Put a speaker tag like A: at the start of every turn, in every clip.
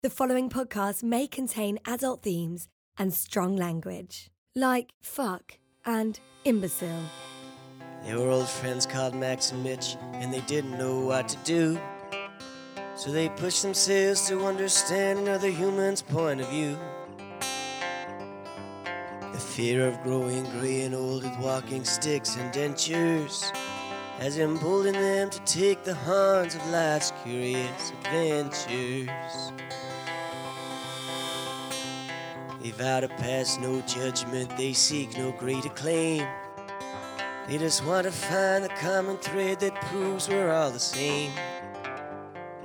A: The following podcast may contain adult themes and strong language, like fuck and imbecile.
B: They were old friends called Max and Mitch, and they didn't know what to do. So they pushed themselves to understand another human's point of view. The fear of growing gray and old with walking sticks and dentures has emboldened them to take the horns of life's curious adventures. They vow to pass no judgment, they seek no great acclaim. They just want to find the common thread that proves we're all the same.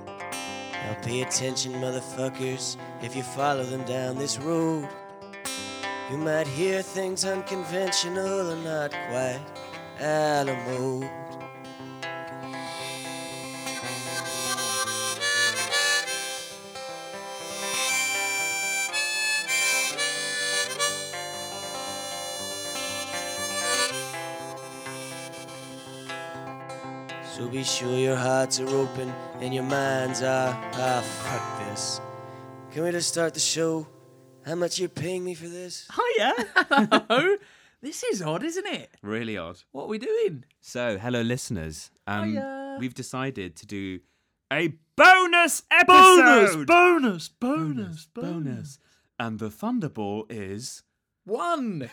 B: Now pay attention, motherfuckers, if you follow them down this road. You might hear things unconventional and not quite out of mode. So be sure your hearts are open and your minds are. Ah, fuck this. Can we just start the show? How much you paying me for this?
C: Oh,
D: Hiya. Hello. this is odd, isn't it?
C: Really odd.
D: What are we doing?
C: So, hello, listeners. Um,
D: Hiya.
C: we've decided to do a bonus episode.
D: bonus, bonus,
C: bonus. And the Thunderball is.
D: One.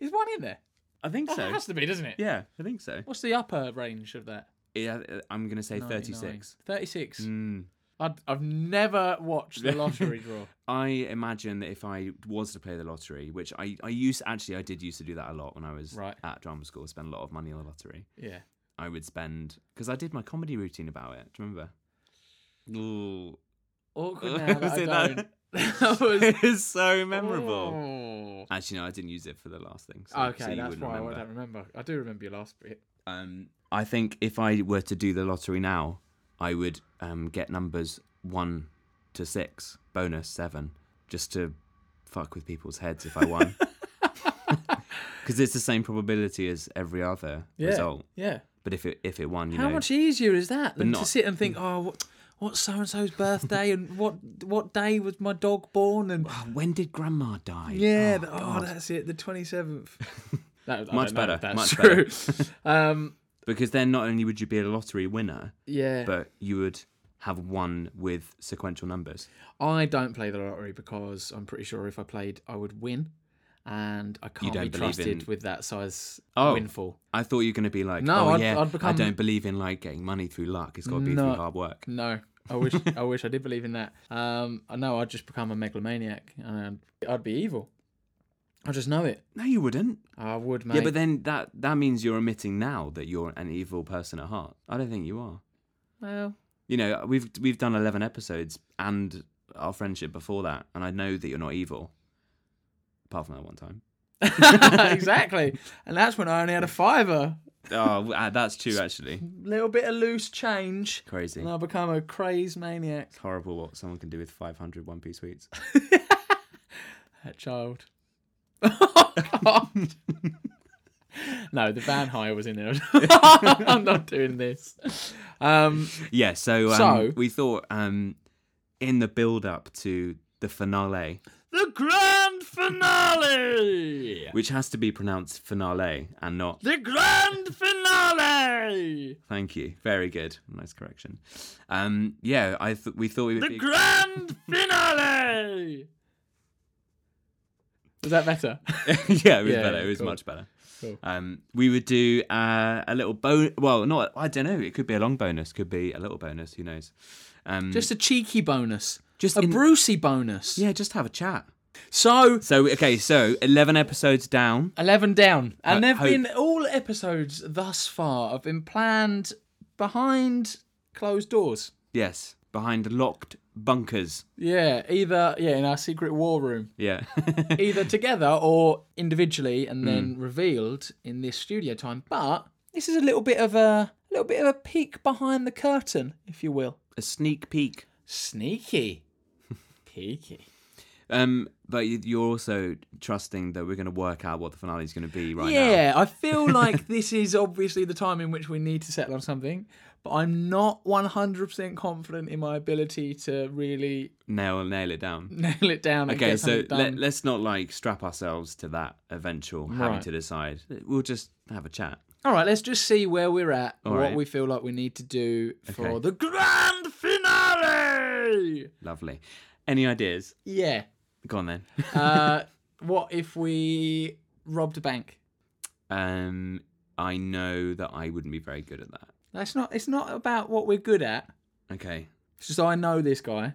D: is one in there?
C: I think
D: That
C: so.
D: Oh, has to be, doesn't it?
C: Yeah, I think so.
D: What's the upper range of that?
C: Yeah, I'm gonna say 36.
D: 36.
C: Mm.
D: I'd, I've never watched the lottery draw.
C: I imagine that if I was to play the lottery, which I I used actually I did used to do that a lot when I was
D: Right.
C: at drama school, spend a lot of money on the lottery.
D: Yeah.
C: I would spend because I did my comedy routine about it. Do you remember? Ooh.
D: Awkward now that I
C: Was it
D: don't.
C: that-
D: that was
C: it is so memorable.
D: Oh.
C: Actually, no, I didn't use it for the last thing. So,
D: Okay,
C: so you
D: that's
C: wouldn't
D: why
C: remember.
D: I don't remember. I do remember your last bit.
C: Um, I think if I were to do the lottery now, I would um, get numbers one to six, bonus seven, just to fuck with people's heads if I won. Because it's the same probability as every other
D: Yeah.
C: result.
D: Yeah.
C: But if it if it won, you
D: How
C: know,
D: much easier is that than to
C: not-
D: sit and think, oh, what, what's so and so's birthday and what what day was my dog born and
C: Oh, when did Grandma die?
D: yeah,
C: Oh,
D: the- oh,
C: God.
D: that's it, the twenty seventh.
C: Much better,
D: That's
C: much
D: true. um,
C: because then not only would you be a lottery winner,
D: yeah,
C: but you would have one with sequential numbers.
D: I don't play the lottery because I'm pretty sure if I played, I would win, and I can't
C: don't
D: be
C: believe
D: trusted
C: in-
D: with that size
C: Oh.
D: windfall.
C: I thought you were going to be like,
D: No,
C: oh
D: I'd-
C: yeah,
D: I'd become-
C: I don't believe in like getting money through luck. It's got to be
D: No.
C: through hard work.
D: No, I wish I wish I did believe in that. Um, I know I'd just become a megalomaniac and I'd be evil. I just know it.
C: No, you wouldn't.
D: I would, mate.
C: Yeah, but then that that means you're admitting now that you're an evil person at heart. I don't think you are.
D: well,
C: You know, we've we've done eleven episodes and our friendship before that, and I know that you're not evil. Apart from that one time.
D: exactly. And that's when I only had a fiver,
C: Oh, ah, that's true. Actually,
D: little bit of loose change,
C: crazy.
D: and I become a crazed maniac.
C: It's horrible what someone can do with 500 One Piece sweets.
D: That child. Oh, God. no, the van hire was in there. I'm not doing this. Um,
C: yeah. So, um,
D: So-
C: we thought um, in the build up to the finale
D: the grand finale.
C: which has to be pronounced finale and not
D: The grand finale.
C: thank you very good nice correction um yeah i th- we thought we would be
D: grand finale. Was that better?
C: yeah it was
D: Yeah,
C: better
D: yeah,
C: it was
D: cool.
C: much better
D: Cool.
C: um we would do uh, a little bon well not i don't know it could be a long bonus could be a little bonus who knows um
D: Just a cheeky bonus.
C: Just
D: a
C: in-
D: Brucey bonus.
C: yeah just have a chat
D: So
C: so okay so 11 episodes down
D: 11 down. And
C: Ho-
D: there have
C: Uh, hope.
D: been all episodes thus far have been planned behind closed doors.
C: yes behind locked bunkers
D: Yeah, either yeah, in our secret war room,
C: yeah
D: either together or individually
C: Hmm.
D: and then revealed in this studio time. But this is a little bit of a little bit of a peek behind the curtain, if you will.
C: a sneak peek
D: Sneaky. Peaky.
C: um but you- you're also trusting that we're going to work out what the finale is going to be right now
D: yeah, I feel like this is obviously the time in which we need to settle on something, but I'm not 100% confident in my ability to really
C: Nail nail it down.
D: nail it down. and
C: Okay,
D: get
C: so
D: something done.
C: let, let's not like strap ourselves to that eventual having
D: Right.
C: to decide. We'll just have a chat.
D: All right, let's just see where we're at,
C: All
D: what
C: right.
D: we feel like we need to do for
C: Okay.
D: the grand finale.
C: Lovely. Any ideas?
D: Yeah.
C: Go on then.
D: Uh, what if we robbed a bank?
C: um, I know that I wouldn't be very good at that.
D: That's not. It's not about what we're good at.
C: Okay.
D: It's just I know this guy.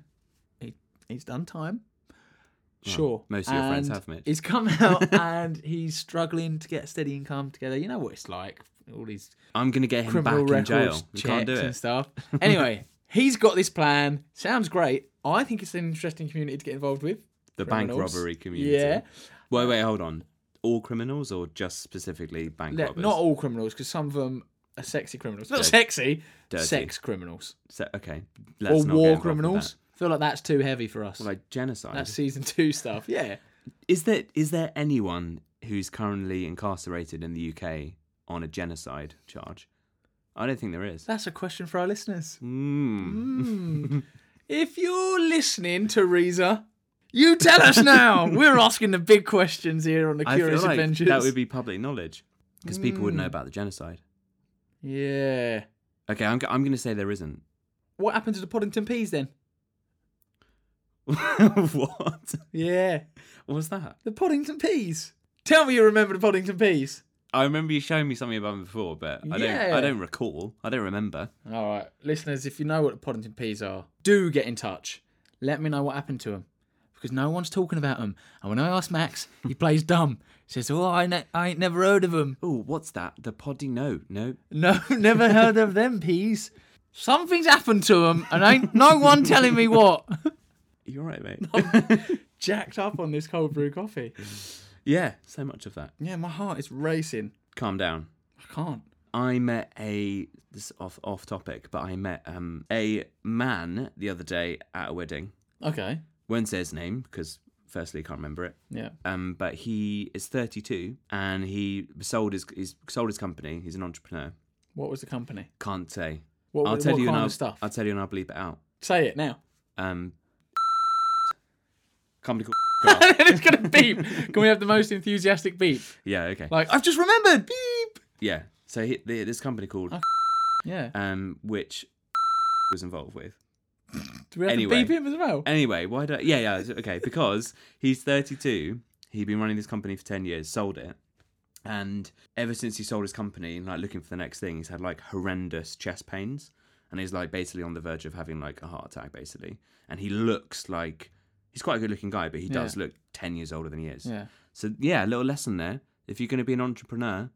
D: He he's done time.
C: Well,
D: Sure.
C: most of your friends
D: And
C: have, Mitch.
D: He's come out and he's struggling to get a steady income together. You know what it's like. All these
C: I'm gonna get him
D: criminal records
C: back in jail.
D: checks
C: We can't do
D: and
C: it.
D: stuff. Anyway, he's got this plan. Sounds great. I think it's an interesting community to get involved with.
C: The bank
D: criminals.
C: robbery community.
D: Yeah.
C: Wait, wait, hold on. All criminals or just specifically bank
D: Le-
C: robbers?
D: not all criminals, because some of them are sexy criminals. Not
C: Dirty.
D: sexy,
C: Dirty.
D: sex criminals.
C: So, okay.
D: or
C: Let's not get involved
D: war
C: with
D: criminals.
C: that.
D: I feel like that's too heavy for us.
C: Well, like genocide.
D: that's season two stuff. Yeah.
C: Is there is there anyone who's currently incarcerated in the UK on a genocide charge? I don't think there is.
D: That's a question for our listeners. Hmm.
C: Mm.
D: If you're listening, Teresa, you tell us now. We're asking the big questions here on the
C: I feel
D: Curious
C: like
D: Adventures. Hmm.
C: that would be public knowledge because people would know about the genocide.
D: Yeah.
C: Okay, I'm, g- I'm going to say there isn't.
D: What happened to the Poddington peas then?
C: what?
D: Yeah.
C: What was that?
D: The Poddington peas. Tell me you remember the Poddington peas.
C: I remember you showing me something about them before, but I don't.
D: Yeah.
C: I don't recall. I don't remember.
D: All right, listeners, if you know what the Poddington peas are, do get in touch. Let me know what happened to them because no one's talking about them. And when I ask Max, he plays dumb. Says, "Oh, I, ne- I ain't never heard of them.
C: Oh, what's that? The poddy? No, no.
D: No, never heard of them peas. Something's happened to them, and ain't no one telling me what."
C: You're right, mate.
D: Jacked up on this cold brew coffee.
C: yeah, so much of that.
D: Yeah, my heart is racing.
C: Calm down.
D: I can't.
C: I met a this is off off topic, but I met um a man the other day at a wedding.
D: Okay.
C: Won't say his name because firstly I can't remember it.
D: Yeah.
C: Um, but he is 32 and he sold his he's sold his company. He's an entrepreneur.
D: What was the company?
C: Can't say.
D: What,
C: I'll
D: what
C: tell you
D: kind
C: and I'll,
D: of stuff?
C: I'll tell you and I'll bleep it out.
D: Say it now.
C: Um, company called.
D: and then it's gonna beep. Can we have the most enthusiastic beep?
C: Yeah, okay.
D: Like I've just remembered. Beep.
C: Yeah. So he, the, this company called
D: Yeah.
C: um, which was involved with.
D: Do we have to
C: anyway.
D: beep him as well?
C: Anyway, why do I, yeah yeah it's- okay because he's 32. He'd been running this company for 10 years, sold it, and ever since he sold his company and like looking for the next thing, he's had like horrendous chest pains, and he's like basically on the verge of having like a heart attack basically. And he looks like he's quite a good looking guy, but he does look 10 years older than he is.
D: Yeah.
C: So yeah, a little lesson there. If you're going to be an entrepreneur,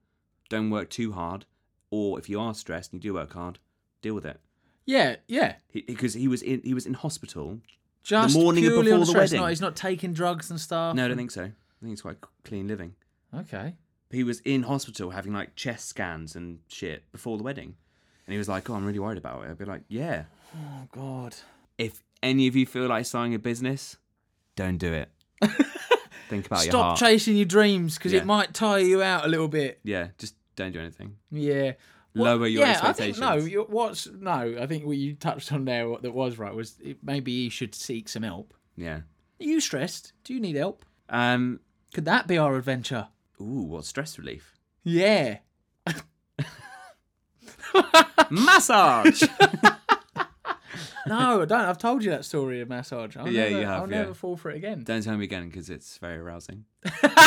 C: don't work too hard, or if you are stressed and you do work hard, deal with it.
D: Yeah. Yeah.
C: Because he, was in he was in hospital.
D: Just
C: morning
D: purely
C: before
D: on
C: the
D: stress.
C: wedding.
D: Not, he's not taking drugs and stuff.
C: No, I don't think so. I think it's quite c- clean living.
D: Okay.
C: He was in hospital having like chest scans and shit before the wedding, and he was like, "Oh, I'm really worried about it." I'd be like, "Yeah."
D: Oh God.
C: If any of you feel like starting a business, don't do it. think about your
D: Stop
C: heart.
D: chasing your dreams because
C: Yeah.
D: it might tire you out a little bit.
C: yeah, just don't do anything.
D: Yeah.
C: Lower your
D: yeah, I think, no,
C: expectations.
D: you- what's no? I think what you touched on there what that was right was it, maybe you should seek some help.
C: Yeah.
D: Are you stressed? Do you need help?
C: Um.
D: Could that be our adventure?
C: Ooh, what stress relief?
D: Yeah.
C: massage.
D: No, I don't. I've told you that story of massage. I'll
C: Yeah,
D: never,
C: you have,
D: I'll
C: yeah.
D: never fall for it again.
C: Don't tell me again because it's very arousing.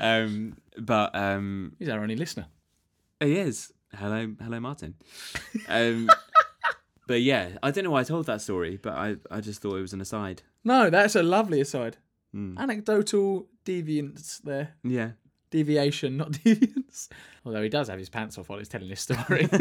C: um, but um,
D: He's our only listener.
C: Oh, he is. Hello, hello, Martin. Um, but yeah, I don't know why I told that story, but I, I just thought it was an aside.
D: No, that's a lovely aside.
C: Hmm.
D: Anecdotal deviance there.
C: Yeah.
D: Deviation, not deviance. Although he does have his pants off while he's telling this story.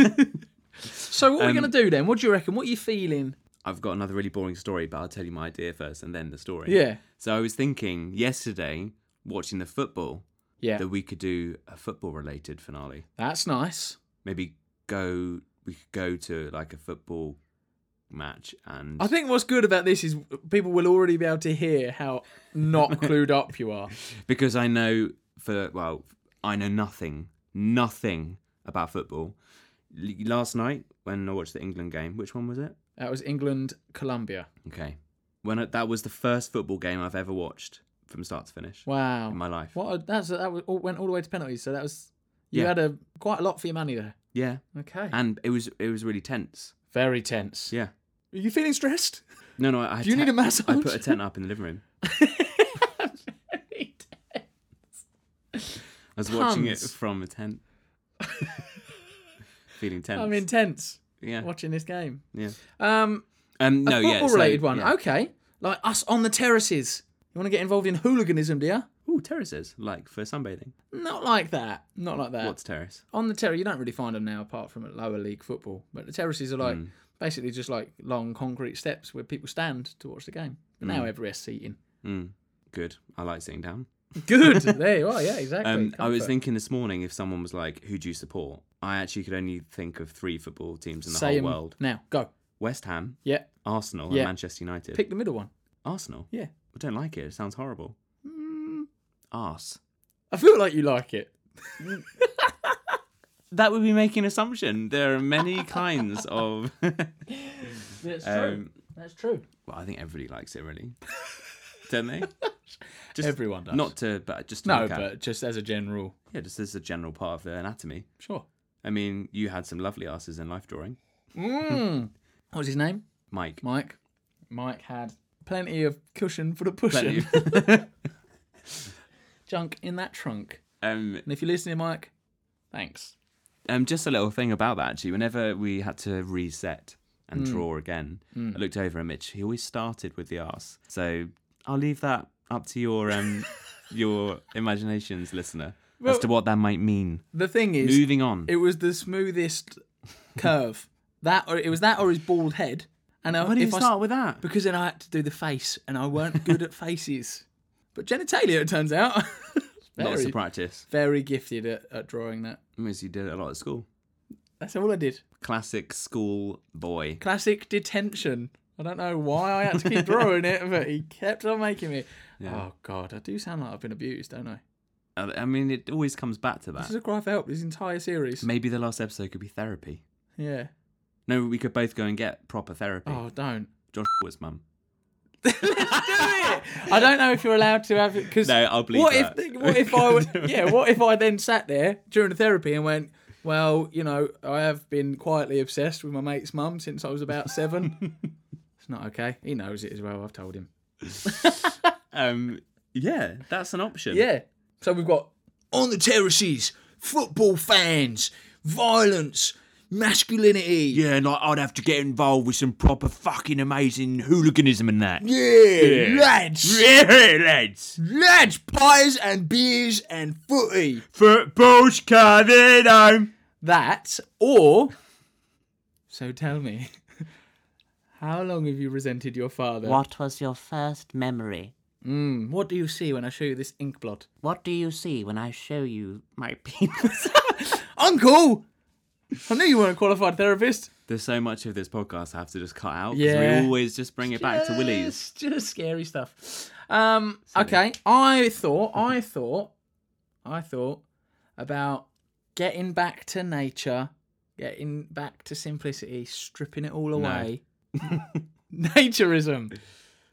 D: Um, so what are we going to do then? What do you reckon? What are you feeling?
C: I've got another really boring story, but I'll tell you my idea first and then the story.
D: Yeah.
C: So I was thinking yesterday, watching the football,
D: Yeah.
C: that we could do a football related finale.
D: That's nice.
C: maybe go we could go to like a football match and
D: I think what's good about this is people will already be able to hear how not clued up you are.
C: because I know for well I know nothing nothing about football. L- Last night when I watched the England game, which one was it?
D: That was England, Colombia.
C: Okay, when I, that was the first football game I've ever watched from start to finish.
D: Wow.
C: in my life.
D: What? A, that's a, that was, all, went all the way to penalties. So that was you
C: Yeah.
D: had a quite a lot for your money there.
C: Yeah,
D: Okay.
C: and it was it was really tense.
D: Very tense.
C: Yeah.
D: Are you feeling stressed?
C: No, no. I, I
D: Do you
C: te-
D: need a massage?
C: I put a tent up in the living room.
D: Very tense.
C: I was watching it
D: Puns.
C: from a tent, feeling tense.
D: I'm intense
C: yeah,
D: watching this game.
C: yeah.
D: Um,
C: Um,
D: a
C: no, yeah.
D: football
C: so-
D: related one.
C: yeah.
D: Okay. Like us on the terraces. You want to get involved in hooliganism, do you?
C: Ooh, terraces, like for sunbathing.
D: Not like that. Not like that.
C: What's terrace?
D: on the terrace, you don't really find them now apart from at lower league football. But the terraces are like
C: Hmm.
D: basically just like long concrete steps where people stand to watch the game. But
C: Hmm.
D: now every S seating.
C: Mm, good. I like sitting down.
D: Good. there you are. Yeah, exactly.
C: Um, I was
D: Comfort.
C: thinking this morning if someone was like, "Who do you support?" I actually could only think of three football teams in the
D: Say 'em
C: whole world:
D: Now, go.
C: West Ham,
D: Yeah.
C: Arsenal,
D: Yeah.
C: and Manchester United.
D: Pick the middle one.
C: Arsenal.
D: Yeah. Mm.
C: I don't like it. It sounds horrible. Arse.
D: I feel like you like it.
C: That would be making an assumption. There are many kinds of.
D: That's
C: Um,
D: That's true.
C: well, I think everybody likes it, really. Don't they? Just
D: Everyone does.
C: Not to, but just to
D: No,
C: look at.
D: but just as a general.
C: yeah, just as a general part of the anatomy.
D: Sure.
C: I mean, you had some lovely asses in life drawing, Hmm.
D: Mm. what was his name?
C: Mike.
D: Mike. Mike had plenty of cushion for the pushing.
C: Plenty.
D: Junk in that trunk.
C: um,
D: And if you're listening, Mike, thanks.
C: um, just a little thing about that actually. Whenever we had to reset and
D: Hmm.
C: draw again, I looked over at Mitch. He always started with the arse. So I'll leave that up to your um, your imaginations, listener,
D: Well-
C: as to what that might mean.
D: The thing is,
C: Moving on.
D: it was the smoothest curve. That or it was that or his bald head. And I,
C: Why do you
D: if I s-
C: start with that?
D: Because then I had to do the face, and I weren't good at faces. But genitalia, it turns out.
C: Lots
D: very,
C: of practice.
D: very gifted at, at drawing that.
C: As you did it a lot at school.
D: That's all I did.
C: Classic school boy.
D: Classic detention. I don't know why I had to keep drawing it, but he kept on making me. Oh God, I do sound like I've been abused, don't I?
C: I I mean, it always comes back to
D: This
C: that.
D: is a cry for help. This entire series.
C: Maybe the last episode could be therapy.
D: Yeah.
C: No, we could both go and get proper therapy.
D: Oh, don't.
C: Josh was mum.
D: I don't know if you're allowed to have it because
C: No, I'll bleep
D: what
C: that.
D: if what if I would, yeah what if I then sat there during the therapy and went well you know I have been quietly obsessed with my mate's mum since I was about seven. it's not okay. He knows it as well. I've told him.
C: Um, yeah, that's an option.
D: Yeah. So we've got on the terraces, football fans, violence, masculinity.
C: Yeah, and like, I'd have to get involved with some proper fucking amazing hooliganism and that. Yeah,
D: lads,
C: lads.
D: lads, pies and beers and footy.
C: Football's coming home.
D: that or so tell me how long have you resented your father
E: What was your first memory?
D: Mm, what do you see when i show you this ink blot
E: What do you see when I show you my penis?
D: uncle i knew you weren't a qualified therapist
C: There's so much of this podcast I have to just cut out 'cause
D: Yeah.
C: we always just bring it back to Willie's.
D: Just- just scary stuff um okay i thought i thought i thought about getting back to nature getting back to simplicity stripping it all away naturism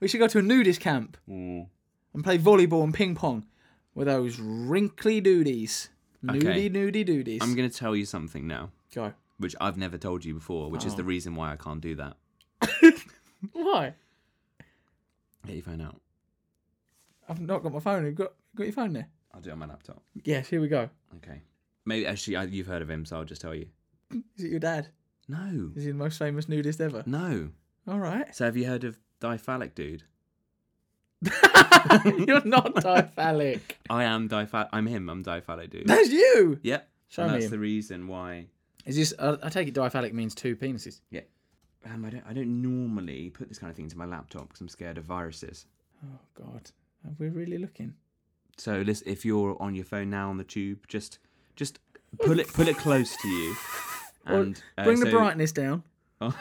D: we should go to a nudist camp
C: Mm.
D: and play volleyball and ping pong with those wrinkly doodies. Nudie,
C: Okay.
D: nudie doodies.
C: I'm going to tell you something now,
D: Go.
C: which I've never told you before, which is the reason why I can't do that.
D: Why?
C: Get your phone out.
D: I've not got my phone. You've got, got your phone there?
C: I'll do it on my laptop.
D: Yes, here we go.
C: Okay. Maybe actually I, you've heard of him, so I'll just tell you.
D: Is it your dad?
C: No,
D: Is he the most famous nudist ever?
C: no.
D: All right.
C: So have you heard of Diphalic Dude?
D: You're not diphalic.
C: I am Diphalic. I'm him. I'm Diphalic Dude.
D: That's you.
C: Yep.
D: Show
C: and
D: me
C: that's
D: him.
C: the reason why.
D: Is this? I I take it diphalic means two penises.
C: Yeah. Um, I don't. I don't normally put this kind of thing into my laptop because I'm scared of viruses.
D: Oh God, are we really looking?
C: So listen, if you're on your phone now on the tube, just just pull it pull it close to you.
D: Or-
C: And uh,
D: Bring the
C: so-
D: brightness down.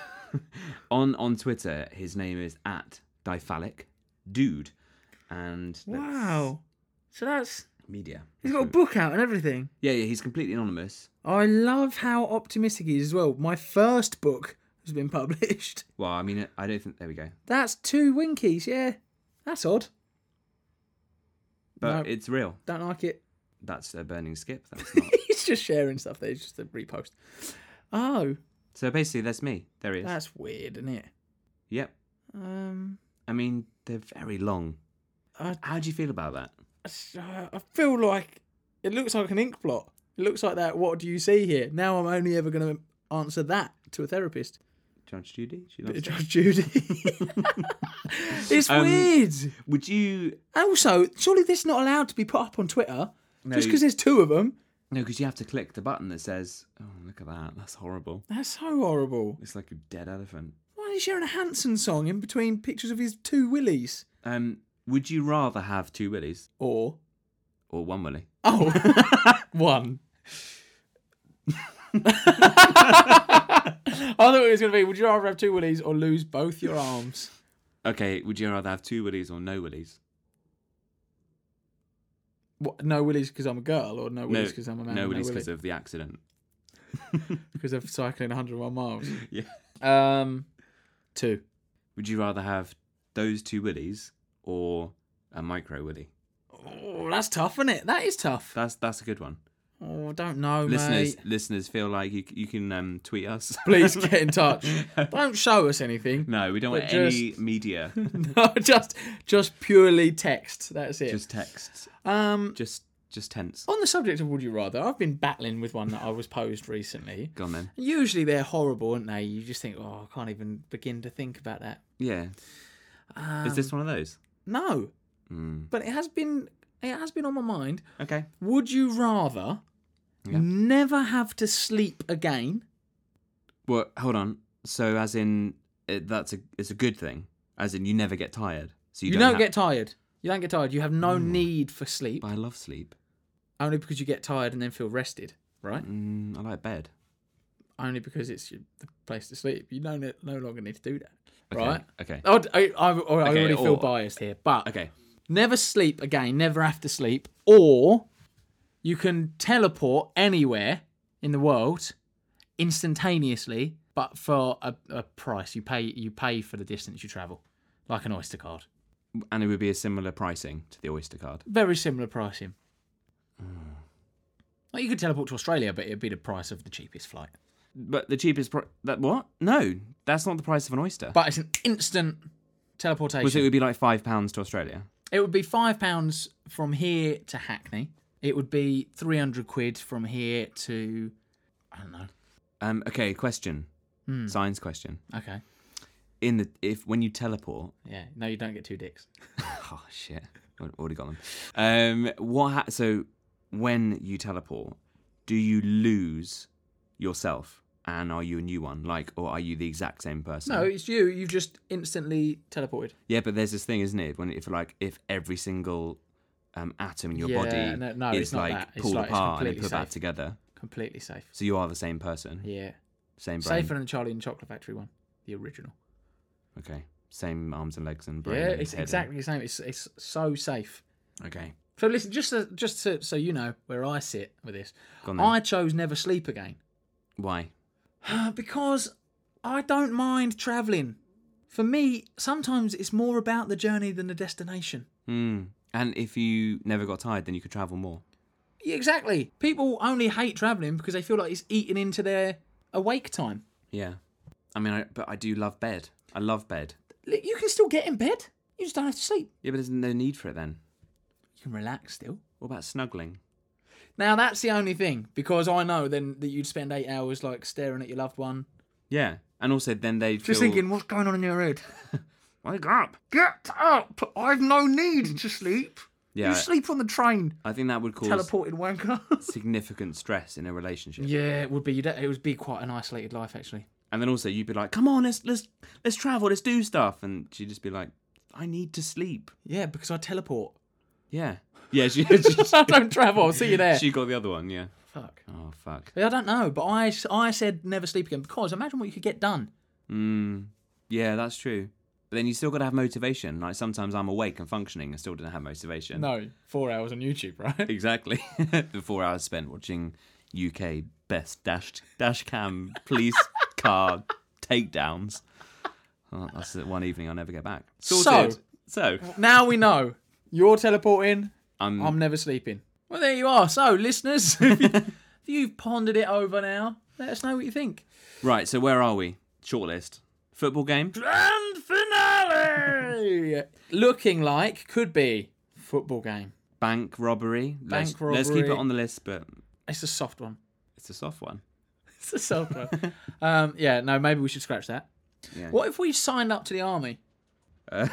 C: on on Twitter, his name is at Diphalic Dude, and that's-
D: Wow. So that's
C: media.
D: He's got a book out and everything.
C: Yeah, yeah, he's completely anonymous.
D: I love how optimistic he is as well. My first book has been published.
C: Well, I mean, uh, I don't think. There we go.
D: That's two Winkies, yeah. That's odd. No.
C: But it's real.
D: Don't like it.
C: That's a burning skip. That's not.
D: He's just sharing stuff there, it's just a repost. Oh,
C: so basically, that's me. There he is.
D: that's weird, isn't it?
C: Yep.
D: Um,
C: I mean, they're very long.
D: I,
C: How do you feel about that?
D: uh, I feel like it looks like an ink blot. It looks like that. What do you see here? Now I'm only ever going to answer that to a therapist.
C: Judge Judy? She
D: Bit
C: loves
D: of Judge
C: it.
D: Judy. it's
C: Um,
D: weird.
C: Would you?
D: Also, surely this is not allowed to be put up on Twitter
C: No,
D: just
C: you-
D: because there's two of them.
C: No, because you have to click the button that says, "Oh, look at that! That's horrible."
D: That's so horrible.
C: It's like a dead elephant.
D: Why is he sharing a Hanson song in between pictures of his two willies?
C: Um, would you rather have two willies
D: Or
C: or one willy?
D: oh, one. I thought it was going to be. Would you rather have two willies or lose both your arms?
C: Okay, would you rather have two willies or no willies?
D: What, no willies because I'm a girl, or no
C: no,
D: willies because I'm a man.
C: No
D: and
C: willies
D: willy?
C: because of the accident.
D: because of cycling 101 miles.
C: Yeah.
D: Um, two.
C: Would you rather have those two willies or a micro willy?
D: Oh, that's tough, isn't it? That is tough.
C: That's that's a good one.
D: Oh, I don't know,
C: listeners,
D: mate.
C: listeners feel like you c- you can um, tweet us.
D: Please get in touch. don't show us anything.
C: no, we don't
D: But
C: want any media.
D: No, just just purely text. That's it.
C: just texts.
D: um,
C: Just just tense.
D: on the subject of would you rather, I've been battling with one that I was posed recently.
C: Gone then.
D: Usually they're horrible, aren't they? You just think, oh, I can't even begin to think about that.
C: Yeah. Is this
D: Um,
C: one of those?
D: No,
C: Hmm.
D: but it has been it has been on my mind.
C: Okay.
D: Would you rather
C: Yeah.
D: never have to sleep again?
C: Well, hold on. So, as in, it, that's a it's a good thing. As in, you never get tired. So you,
D: You, don't,
C: ha- Hmm.
D: get tired. You don't get tired. You have no need for sleep.
C: But I love sleep.
D: Only because you get tired and then feel rested, right?
C: Mm, I like bed.
D: Only because it's your, the place to sleep. You don't, no longer need to do that,
C: Okay,
D: right? Oh.
C: Okay.
D: I, I, I, I already feel
C: or-
D: biased here, but
C: Okay.
D: never sleep again, never have to sleep, or you can teleport anywhere in the world instantaneously, but for a, a price. You pay you pay for the distance you travel, like an Oyster card.
C: And it would be a similar pricing to the Oyster card.
D: Very similar pricing. Like you could teleport to Australia, but it'd be the price of the cheapest flight.
C: But the cheapest. Pro- that what? No, that's not the price of an oyster.
D: But it's an instant teleportation.
C: Well, so it would be like five pounds to Australia.
D: It would be five pounds from here to Hackney. It would be three hundred quid from here to I don't know.
C: Um. Okay. Question.
D: Hmm.
C: Science question.
D: Okay.
C: In the if when you teleport.
D: Yeah. No, you don't get two dicks.
C: Oh shit! I've already got them. Um. What? Ha- so when you teleport, do you lose yourself? And are you a new one? Like, or are you the exact same person?
D: No, it's you. You just instantly teleported.
C: Yeah, but there's this thing, isn't it? When if like if every single um, atom in your
D: Yeah,
C: body
D: no- no,
C: is
D: it's not
C: like
D: that. It's
C: pulled
D: like- it's
C: apart and then put
D: completely
C: back
D: safe.
C: together,
D: Completely safe.
C: so you are the same person,
D: Yeah.
C: same brain.
D: Safer than the Charlie and the Chocolate Factory one, the original.
C: Okay, same arms and legs and brain.
D: Yeah,
C: and
D: it's
C: head and-
D: exactly the same. It's it's so safe.
C: Okay,
D: So listen, just so, just so, so you know where I sit with this,
C: Go on then.
D: I chose never sleep again
C: why?
D: because I don't mind traveling. For me, sometimes it's more about the journey than the destination.
C: Hmm. And if you never got tired, then you could travel more.
D: Yeah, exactly. People only hate traveling because they feel like it's eating into their awake time.
C: Yeah, I mean, I, but I do love bed. I love bed.
D: Look, You can still get in bed. You just don't have to sleep.
C: Yeah, but there's no need for it then.
D: You can relax still.
C: What about snuggling?
D: Now that's the only thing because I know then that you'd spend eight hours like staring at your loved one,
C: Yeah, and also then they
D: just
C: feel-
D: thinking what's going on in your head.
C: wake up.
D: Get up! I've no need to sleep.
C: Yeah,
D: You sleep on the train,
C: I think that would cause
D: teleported wanker.
C: significant stress in a relationship.
D: yeah, it would be. You'd, it would be quite an isolated life, actually.
C: And then also you'd be like, "Come on, let's let's let's travel, let's do stuff," and she'd just be like, "I need to sleep."
D: Yeah, because I teleport.
C: Yeah, yeah. She she,
D: I don't travel. I'll see you there.
C: she got the other one. Yeah.
D: Fuck.
C: Oh fuck.
D: Yeah, I don't know, but I, s- I said never sleep again because imagine what you could get done.
C: Mm, yeah, that's true. But then you still got to have motivation. Like sometimes I'm awake and functioning and still didn't have motivation.
D: No, four hours on YouTube, right?
C: Exactly. the four hours spent watching UK best dash dash cam police car takedowns. Well, that's the one evening I'll never get back.
D: So- uh,
C: Sorted. So, um,
D: Now we know. You're teleporting.
C: I'm
D: I'm never sleeping. Well, there you are. So, listeners, if you- if you've pondered it over now, let us know what you think.
C: right. So where are we? Shortlist. Football game.
D: Grand finale! Looking like could be football game.
C: Bank robbery. let's,
D: Bank
C: Let's keep it
D: robbery.
C: on the list, but
D: It's a soft one.
C: it's a soft one.
D: It's a soft one. um, yeah, no, maybe we should scratch that.
C: Yeah.
D: What if we signed up to the army?
C: Uh,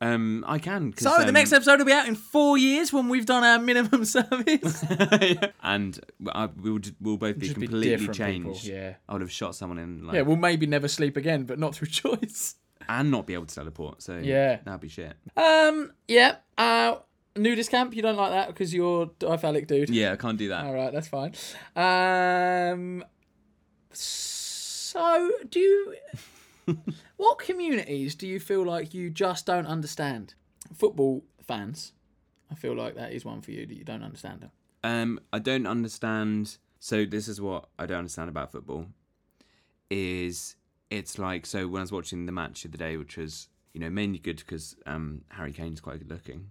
C: um, I can. 'cause,
D: So the
C: um,
D: next episode will be out in four years when we've done our minimum service.
C: and I, we would we'll both be
D: Just be
C: completely
D: different people,
C: changed.
D: yeah.
C: I would have shot someone in. Like,
D: yeah, we'll maybe never sleep again, but not through choice.
C: and not be able to teleport. So
D: Yeah.
C: that'd be shit.
D: Um, yeah. Uh, nudist camp. You don't like that because you're diphalic, dude.
C: Yeah, I can't do that.
D: All right, that's fine. Um, so do you, what communities do you feel like you just don't understand? Football fans, I feel like that is one for you that you don't understand them.
C: Um, I don't understand. So this is what I don't understand about football, is it's like so when I was watching the match the other day, which was you know mainly good because um, Harry Kane's quite good looking.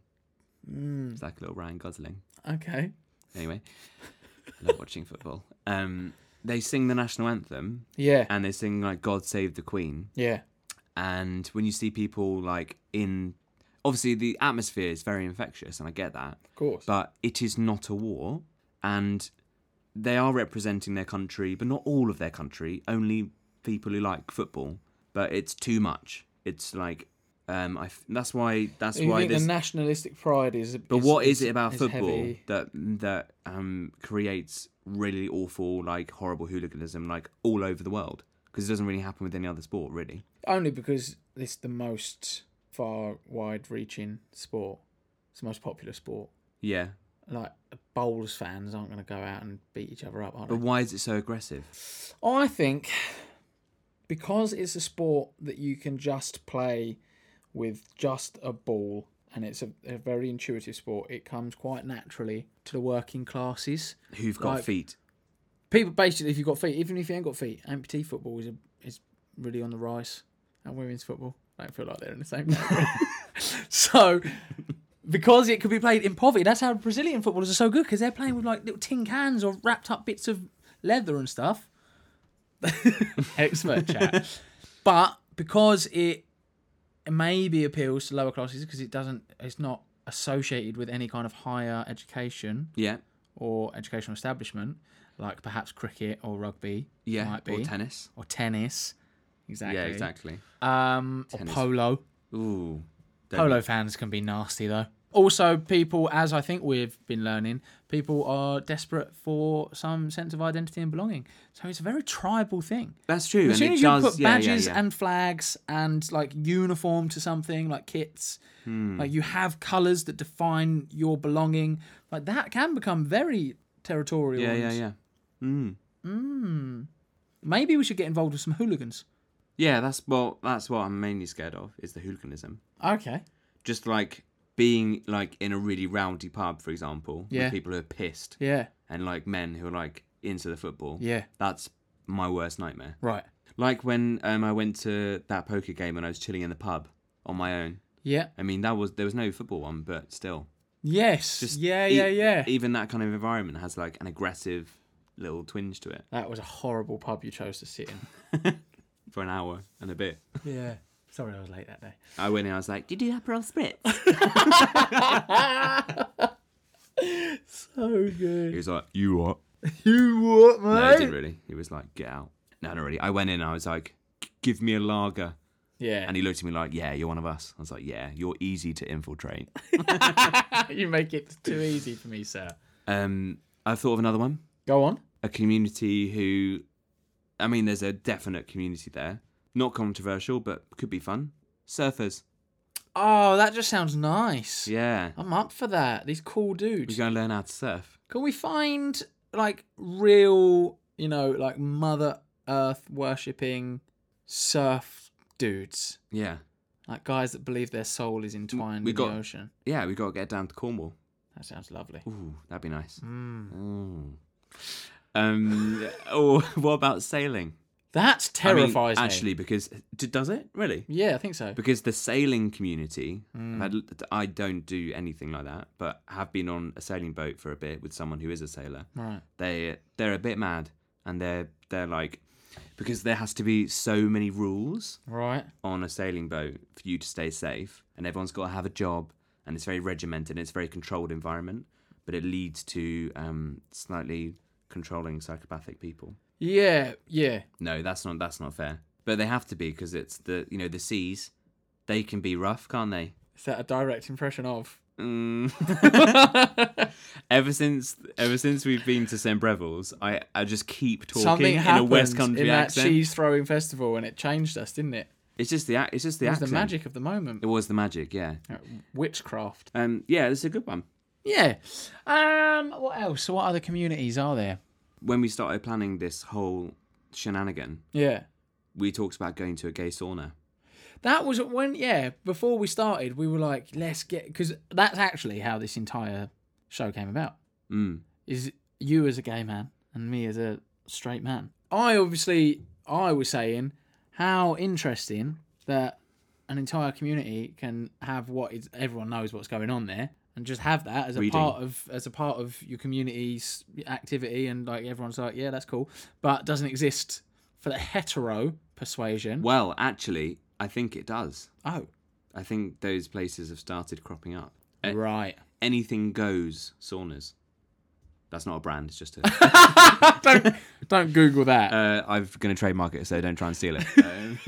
D: Hmm.
C: It's like a little Ryan Gosling.
D: Okay.
C: Anyway, I love watching football. Um, they sing the national anthem
D: Yeah.
C: and they sing like "God Save the Queen."
D: yeah.
C: and when you see people like in obviously the atmosphere is very infectious and i get that
D: Of course.
C: but it is not a war and they are representing their country but not all of their country only people who like football but it's too much it's like um i f- that's why that's
D: you
C: why
D: think
C: this
D: the nationalistic pride is.
C: but what is it about
D: is
C: football
D: heavy.
C: that that um, creates really awful, like horrible hooliganism, like all over the world? Because it doesn't really happen with any other sport, really.
D: Only because it's the most far, wide-reaching sport. It's the most popular sport.
C: Yeah,
D: Like bowls fans aren't going to go out and beat each other up, are they?
C: But why is it so aggressive?
D: I think because it's a sport that you can just play with just a ball and it's a, a very intuitive sport, it comes quite naturally to the working classes.
C: Who've got
D: Like-
C: feet?
D: People basically, if you've got feet, even if you ain't got feet, amputee football is a, is really on the rise. And women's football, I don't feel like they're in the same category. so, because it could be played in poverty, that's how Brazilian footballers are so good because they're playing with like little tin cans or wrapped up bits of leather and stuff. Expert chat. But because it maybe appeals to lower classes because it doesn't, it's not associated with any kind of higher education
C: Yeah,
D: or educational establishment, like perhaps cricket or rugby,
C: yeah,
D: might be,
C: or tennis.
D: or tennis, exactly,
C: Yeah, exactly.
D: um, or
C: Tennis.
D: polo.
C: Ooh, don't-
D: Polo fans can be nasty though. Also, people, as I think we've been learning, people are desperate for some sense of identity and belonging. So it's a very tribal thing.
C: That's true.
D: As soon
C: and
D: as
C: it
D: you
C: does,
D: put
C: yeah, yeah,
D: badges
C: yeah.
D: and flags and like uniform to something, like kits,
C: Hmm.
D: like you have colours that define your belonging, like that can become very territorial.
C: yeah,
D: and
C: yeah, Hmm. yeah,
D: Maybe we should get involved with some hooligans.
C: yeah. That's what that's what I'm mainly scared of is the hooliganism.
D: Okay.
C: Just like being like in a really rowdy pub, for example,
D: Yeah.
C: with people who are pissed
D: Yeah.
C: and like men who are like into the football.
D: Yeah.
C: that's my worst nightmare.
D: Right.
C: Like when um, I went to that poker game and I was chilling in the pub on my own.
D: Yeah.
C: I mean, that was there was no football one, but still.
D: Yes.
C: Just
D: yeah,
C: e-
D: yeah, yeah.
C: Even that kind of environment has like an aggressive little twinge to it
D: that was a horrible pub you chose to sit in.
C: for an hour and a bit.
D: yeah. Sorry I was late that day.
C: I went in, I was like, "Did you do Aperol spritz?"
D: So good.
C: He was like, "You what?"
D: You what, mate?
C: No, he didn't really. He was like, "Get out." No, not really. I went in, I was like, "G- "Give me a lager,"
D: Yeah.
C: and he looked at me like, "Yeah, you're one of us." I was like, "Yeah, you're easy to infiltrate."
D: you make it too easy for me, sir.
C: um, I thought of another one.
D: Go on.
C: A community who, I mean, there's a definite community there. Not controversial, but could be fun. Surfers.
D: Oh, that just sounds nice.
C: Yeah.
D: I'm up for that. These cool
C: We're
D: dudes.
C: going to learn how to surf.
D: Can we find like real, you know, like Mother Earth worshipping surf dudes,
C: Yeah.
D: like guys that believe their soul is entwined
C: we
D: in
C: got-
D: the ocean.
C: Yeah, we got to get down to Cornwall.
D: That sounds lovely.
C: Ooh, that'd be nice.
D: Hmm.
C: Ooh. Um, oh, what about sailing?
D: That
C: I mean,
D: terrifies me.
C: Actually, because d- does it really?
D: yeah, I think so.
C: Because the sailing community,
D: Hmm.
C: I've had l- I don't do anything like that, but have been on a sailing boat for a bit with someone who is a sailor.
D: Right.
C: They they're a bit mad, and they're they're like, because there has to be so many rules
D: Right.
C: on a sailing boat for you to stay safe, and everyone's got to have a job, and it's very regimented, and it's a very controlled environment, but it leads to um, slightly controlling psychopathic people.
D: Yeah, yeah.
C: No, that's not that's not fair. But they have to be because it's the you know the seas, they can be rough, can't they?
D: Is that a direct impression of?
C: Mm. ever since ever since we've been to St Breville's, I I just keep talking
D: Something
C: in
D: happened
C: a West Country
D: in that
C: accent.
D: cheese throwing festival, and it changed us, didn't it?
C: It's just the ac- it's just the
D: it was
C: accent.
D: the magic of the moment.
C: It was the magic, yeah.
D: Uh, Witchcraft.
C: Um, yeah, it's a good one.
D: Yeah. Um. What else? What other communities are there?
C: When we started planning this whole shenanigan,
D: Yeah.
C: we talked about going to a gay sauna.
D: That was when, yeah, before we started, we were like, let's get, because that's actually how this entire show came about.
C: Mm.
D: Is you as a gay man and me as a straight man. I obviously, I was saying how interesting that an entire community can have what is everyone knows what's going on there, and just have that as a
C: Reading.
D: part of as a part of your community's activity, and like everyone's like, yeah, that's cool, but doesn't exist for the hetero persuasion.
C: Well, actually, I think it does.
D: Oh,
C: I think those places have started cropping up. Uh,
D: right.
C: anything goes saunas. That's not a brand. It's just a.
D: don't don't Google that.
C: uh, I'm going to trademark it, so don't try and steal it. Um,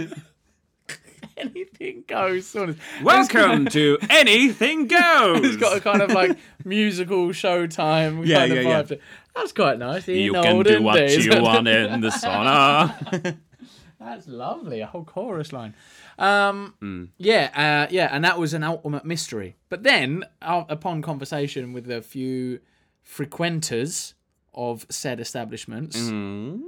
D: Anything goes. Saunders.
C: Welcome to Anything Goes.
D: It's got a kind of like musical showtime
C: Yeah,
D: kind of
C: yeah, yeah.
D: vibe. to- That's quite nice. In
C: you can do
D: olden
C: what
D: days.
C: you want in the sauna.
D: That's lovely. A whole chorus line. Um,
C: Hmm.
D: Yeah, uh, yeah, and that was an ultimate mystery. But then, uh, upon conversation with a few frequenters of said establishments,
C: Hmm.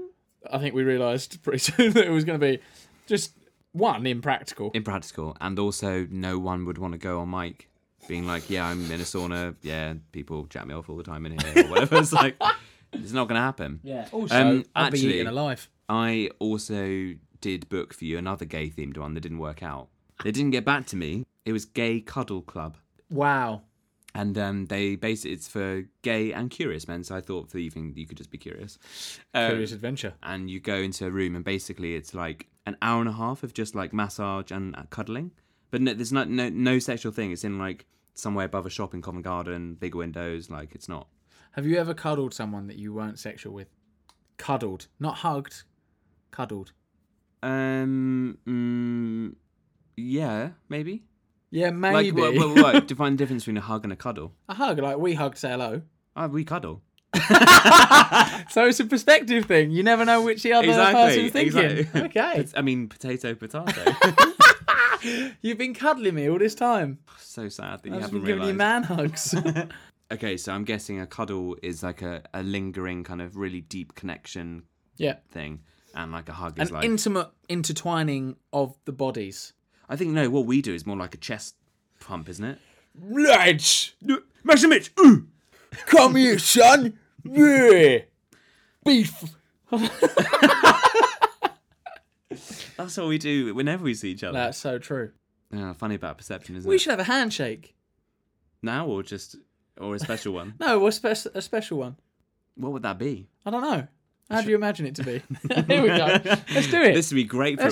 D: I think we realised pretty soon that it was going to be just one impractical.
C: Impractical, and also no one would want to go on mic, being like, "Yeah, I'm in a sauna. Yeah, people chat me off all the time in here, or whatever." It's like it's not going to happen.
D: Yeah. Also,
C: Um,
D: I'd be
C: actually-
D: eaten alive.
C: I also did book for you another gay themed one that didn't work out. They didn't get back to me. It was Gay Cuddle Club.
D: Wow.
C: And um, they base it's for gay and curious men. So I thought for the evening you could just be curious. Um,
D: Curious adventure.
C: And you go into a room and basically it's like an hour and a half of just like massage and uh, cuddling. But no, there's not no no sexual thing. It's in like somewhere above a shop in Covent Garden, big windows. Like it's not.
D: Have you ever cuddled someone that you weren't sexual with? Cuddled, not hugged. Cuddled.
C: Um. mm, yeah, maybe.
D: Yeah, maybe.
C: Like, what, what, what? Define the difference between a hug and a cuddle.
D: a hug, like we hugged, say hello.
C: Oh, we cuddle.
D: So it's a perspective thing. You never know which the other person's thinking. Okay.
C: It's- I mean, potato, potato.
D: You've been cuddling me all this time.
C: so sad that you
D: I've just
C: haven't
D: been giving you
C: realised.
D: man hugs.
C: Okay, so I'm guessing a cuddle is like a, a lingering kind of really deep connection
D: yeah.
C: thing, and like a hug is
D: An
C: like.
D: intimate intertwining of the bodies.
C: I think no, what we do is more like a chest pump, isn't it?
D: Lads,
C: Maxim Mitch.
D: come here, son. Yeah. Beef.
C: That's what we do whenever we see each other.
D: That's so true.
C: Yeah, funny about perception, isn't
D: We
C: it?
D: should have a handshake.
C: Now or just or a special one.
D: No, a, spe- a special one.
C: What would that be?
D: I don't know. How do you imagine it to be? Here we go. Let's do it.
C: This would be great for a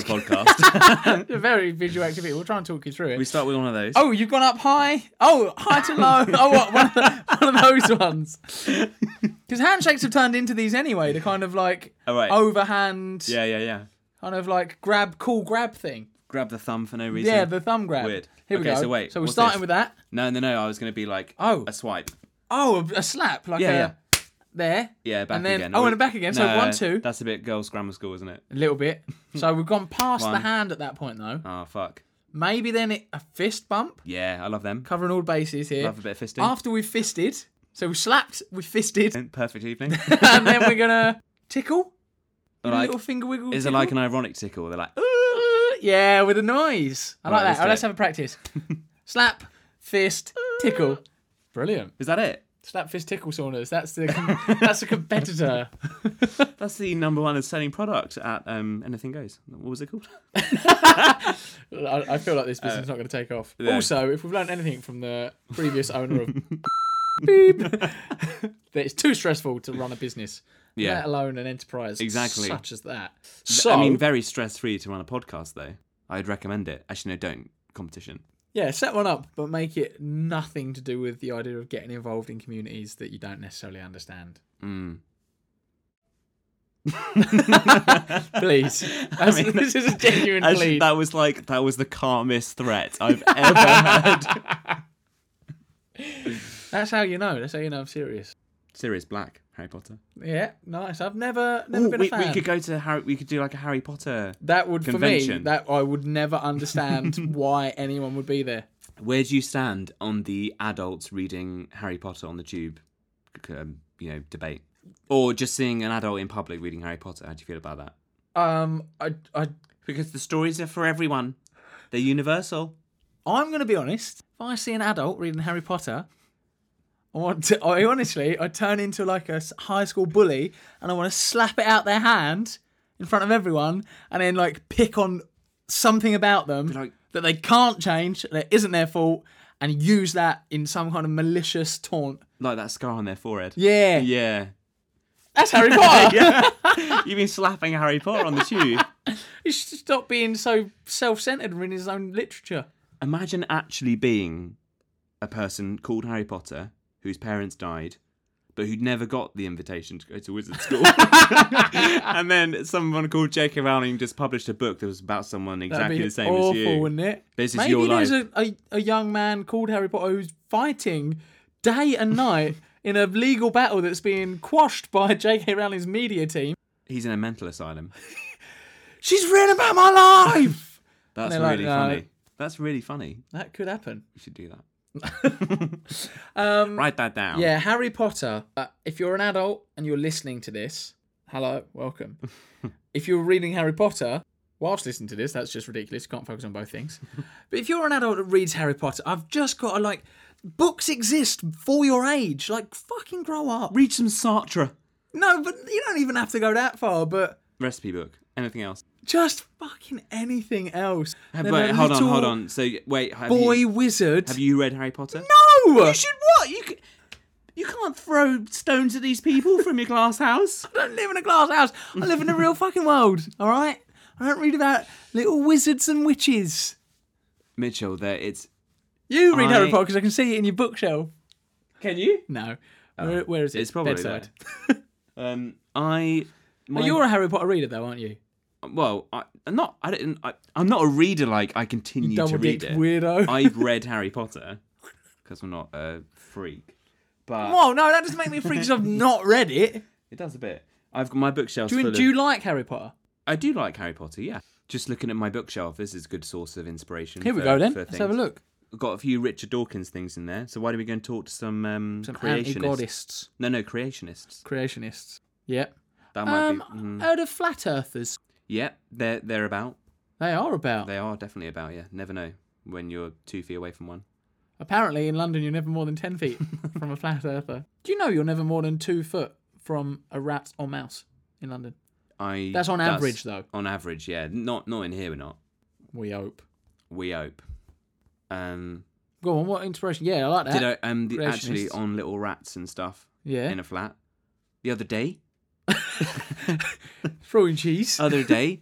C: podcast.
D: a very visual activity. We'll try and talk you through it.
C: we start with one of those.
D: Oh, you've gone up high. Oh, high to low. oh, what, one, of the- one of those ones. Because handshakes have turned into these anyway. The kind of like
C: All Oh, right.
D: overhand,
C: Yeah, yeah, yeah.
D: kind of like grab, cool grab thing.
C: Grab the thumb for no reason.
D: Yeah, the thumb grab.
C: Weird.
D: Here we
C: Okay,
D: go.
C: so wait,
D: we're
C: what's
D: starting
C: this?
D: with that.
C: No, no, no. I was going to be like,
D: Oh.
C: a swipe.
D: Oh, a, a slap like
C: Yeah,
D: a
C: yeah.
D: there.
C: Yeah, back
D: and then,
C: again.
D: Oh, and back again. so
C: No,
D: one, two,
C: That's a bit girls' grammar school, isn't it?
D: a little bit. So we've gone past the
C: One.
D: hand at that point though.
C: Oh, fuck.
D: Maybe then it, a fist bump,
C: Yeah, I love them.
D: covering all bases here.
C: Love a bit of fisting.
D: After we've fisted, so we slapped, we fisted,
C: Perfect evening.
D: and then we're gonna tickle. Give a
C: Like,
D: little finger wiggle.
C: is it
D: tickle.
C: like an ironic tickle? They're like, "Ooh."
D: Uh, Yeah, with a noise. I like
C: Right,
D: that.
C: let's
D: Oh,
C: do
D: let's
C: it.
D: have a practice. Slap, fist, tickle. Brilliant.
C: Is that it?
D: Slap, fist, tickle saunas. That's the that's a competitor.
C: That's the number one selling product at um, Anything Goes. What was it called?
D: I, I feel like this business is not going to take off.
C: Uh, yeah.
D: Also, if we've learned anything from the previous owner of Beep, that it's too stressful to run a business,
C: Yeah.
D: let alone an enterprise
C: Exactly.
D: such as that.
C: Th-
D: So,
C: I mean, very stress free to run a podcast, though. I'd recommend it. Actually, no, don't. Competition.
D: yeah, set one up, but make it nothing to do with the idea of getting involved in communities that you don't necessarily understand.
C: Mm.
D: Please. That's- this is a genuine
C: Actually,
D: plea.
C: that was like that was the calmest threat I've ever heard.
D: That's how you know. That's how you know I'm serious.
C: Sirius Black, Harry Potter.
D: Yeah, nice. I've never, never
C: Ooh,
D: been
C: we,
D: a fan.
C: we could go to Harry. We could do like a Harry Potter.
D: That would for me.
C: convention.
D: That I would never understand why anyone would be there.
C: Where do you stand on the adults reading Harry Potter on the tube? c- Um, you know, debate, or just seeing an adult in public reading Harry Potter. How do you feel about that?
D: Um, I, I,
C: Because the stories are for everyone. They're universal.
D: I'm going to be honest. If I see an adult reading Harry Potter, I want to. I honestly, I turn into like a s- high school bully, and I want to slap it out their hand in front of everyone, and then like pick on something about them
C: like-
D: that they can't change, that isn't their fault, and use that in some kind of malicious taunt.
C: Like that scar on their forehead.
D: Yeah,
C: Yeah.
D: that's Harry Potter.
C: You've been slapping Harry Potter on the tube.
D: He should stop being so self-centered and reading his own literature.
C: Imagine actually being a person called Harry Potter whose parents died, but who'd never got the invitation to go to wizard school. and then someone called J.K. Rowling just published a book that was about someone
D: That'd
C: exactly
D: be
C: the same
D: awful,
C: as you.
D: wouldn't it?
C: This is
D: Maybe
C: your
D: there's a, a, a young man called Harry Potter who's fighting day and night in a legal battle that's being quashed by J.K. Rowling's media team.
C: He's in a mental asylum.
D: She's written about my life.
C: That's
D: they're like,
C: really
D: "No."
C: funny. That's really funny.
D: that could happen.
C: We should do that.
D: Um,
C: Write that down.
D: Yeah, Harry Potter. Uh, if you're an adult and you're listening to this, hello, welcome. if you're reading Harry Potter whilst listening to this, that's just ridiculous. You can't focus on both things. but if you're an adult that reads Harry Potter, I've just got to like, books exist for your age. Like, fucking grow up.
C: Read some Sartre
D: No, but you don't even have to go that far. But
C: recipe book. Anything else?
D: just fucking anything else. Than
C: Wait,
D: a
C: hold on,
D: little
C: hold on. So wait, have
D: Boy
C: you,
D: wizard.
C: have you read Harry Potter?
D: no.
C: You should what? You c- you can't throw stones at these people from your glass house.
D: I don't live in a glass house. I live in the real fucking world. All right. I don't read about little wizards and witches.
C: Mitchell, there it's
D: You read
C: I-
D: Harry Potter because I can see it in your bookshelf.
C: Can you?
D: No. Where, where is it?
C: Oh, It's probably
D: bedside.
C: Um I my,
D: Well, you're a Harry Potter reader, though, aren't you?
C: well, I, I'm not I didn't I, I'm not a reader like I continue to
D: Double
C: read
D: dicked
C: it.
D: weirdo.
C: I've read Harry Potter because I'm not a freak. But
D: Whoa, no, that doesn't make me a freak 'cause I've not read it.
C: it does a bit. I've got my bookshelf
D: Do
C: full
D: you,
C: of-
D: do you like Harry Potter?
C: I do like Harry Potter, yeah. Just looking at my bookshelf, this is a good source of inspiration.
D: Here we
C: for-
D: go, then.
C: for
D: Let's
C: things.
D: have a look.
C: We've got a few Richard Dawkins things in there. So why don't we go and talk to some um
D: Some
C: creationists?
D: anti-goddess
C: No, no, creationists.
D: creationists. Yep.
C: That might
D: Um,
C: be. Mm.
D: heard of flat earthers?
C: Yeah, they're they're about.
D: They are about.
C: They are definitely about. Yeah, never know when you're two feet away from one.
D: Apparently, in London, you're never more than 10 feet from a flat earther. Do you know you're never more than two foot from a rat or mouse in London?
C: I.
D: That's on average, though.
C: On average, yeah. Not not in here. We're not.
D: We hope.
C: We hope. Um.
D: Go on, what inspiration? Yeah, I like that.
C: Did I um the, actually
D: creationists.
C: on little rats and stuff
D: yeah.
C: in a flat the other day?
D: Throwing cheese.
C: Other day,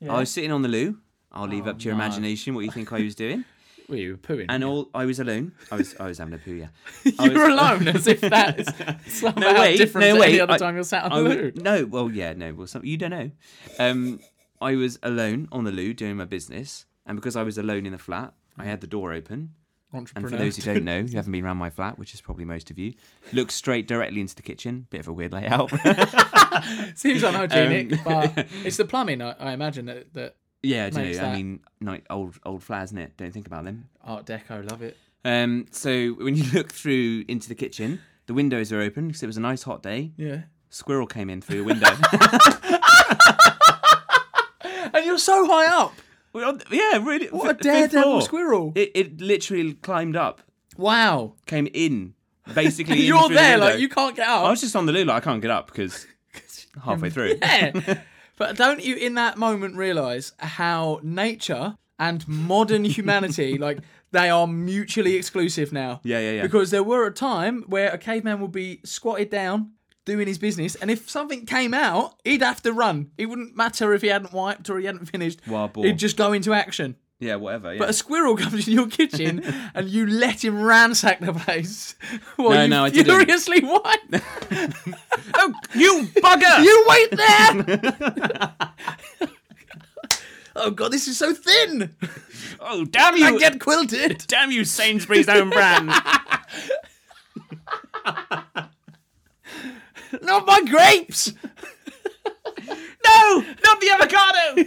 D: Yeah.
C: I was sitting on the loo. I'll leave
D: Oh,
C: up to your
D: no.
C: imagination what you think I was doing.
D: Were you pooing?
C: And all I was alone. I was I was having a poo. Yeah. I
D: you were
C: was-
D: alone, as if that is somehow
C: no way,
D: different
C: no
D: to
C: way.
D: any other
C: I-
D: time you're sat on
C: I
D: the
C: wa-
D: loo.
C: No, well, yeah, no, well, some, you don't know. Um, I was alone on the loo doing my business, and because I was alone in the flat, I had the door open. And
D: Entrepreneur.
C: for those who don't know, who haven't been around my flat, which is probably most of you, looked straight directly into the kitchen. Bit of a weird layout.
D: Seems unhygienic,
C: Um,
D: but it's the plumbing, I, I imagine, that, that
C: yeah, I don't
D: Makes
C: know. I
D: that-
C: mean, night old old flats, isn't it? Don't think about them.
D: Art Deco love it.
C: Um, so when you look through into the kitchen, the windows are open because it was a nice hot day.
D: Yeah.
C: Squirrel came in through the window.
D: And you're so high up.
C: We're on- yeah, really.
D: What a
C: fifth
D: daredevil
C: floor.
D: squirrel.
C: It, it literally climbed up,
D: wow.
C: came in, basically. in
D: You're
C: through the
D: there, like
C: window.
D: you can't get
C: I
D: up.
C: was just on the loo, like I can't get up because halfway through.
D: Yeah. but don't you in that moment realize how nature and modern humanity like they are mutually exclusive now
C: Yeah, yeah, yeah.
D: because there were a time where a caveman would be squatted down doing his business and if something came out he'd have to run it wouldn't matter if he hadn't wiped or he hadn't finished
C: Wild boar.
D: he'd just go into action
C: Yeah, whatever. Yeah.
D: but a squirrel comes in your kitchen and you let him ransack the place while
C: No,
D: you
C: no, I didn't.
D: furiously wipe.
C: oh, you bugger!
D: You wait there! oh god, this is so thin!
C: Oh, damn
D: I
C: you!
D: get quilted!
C: Damn you, Sainsbury's own brand.
D: Not my grapes!
C: no, not the avocado.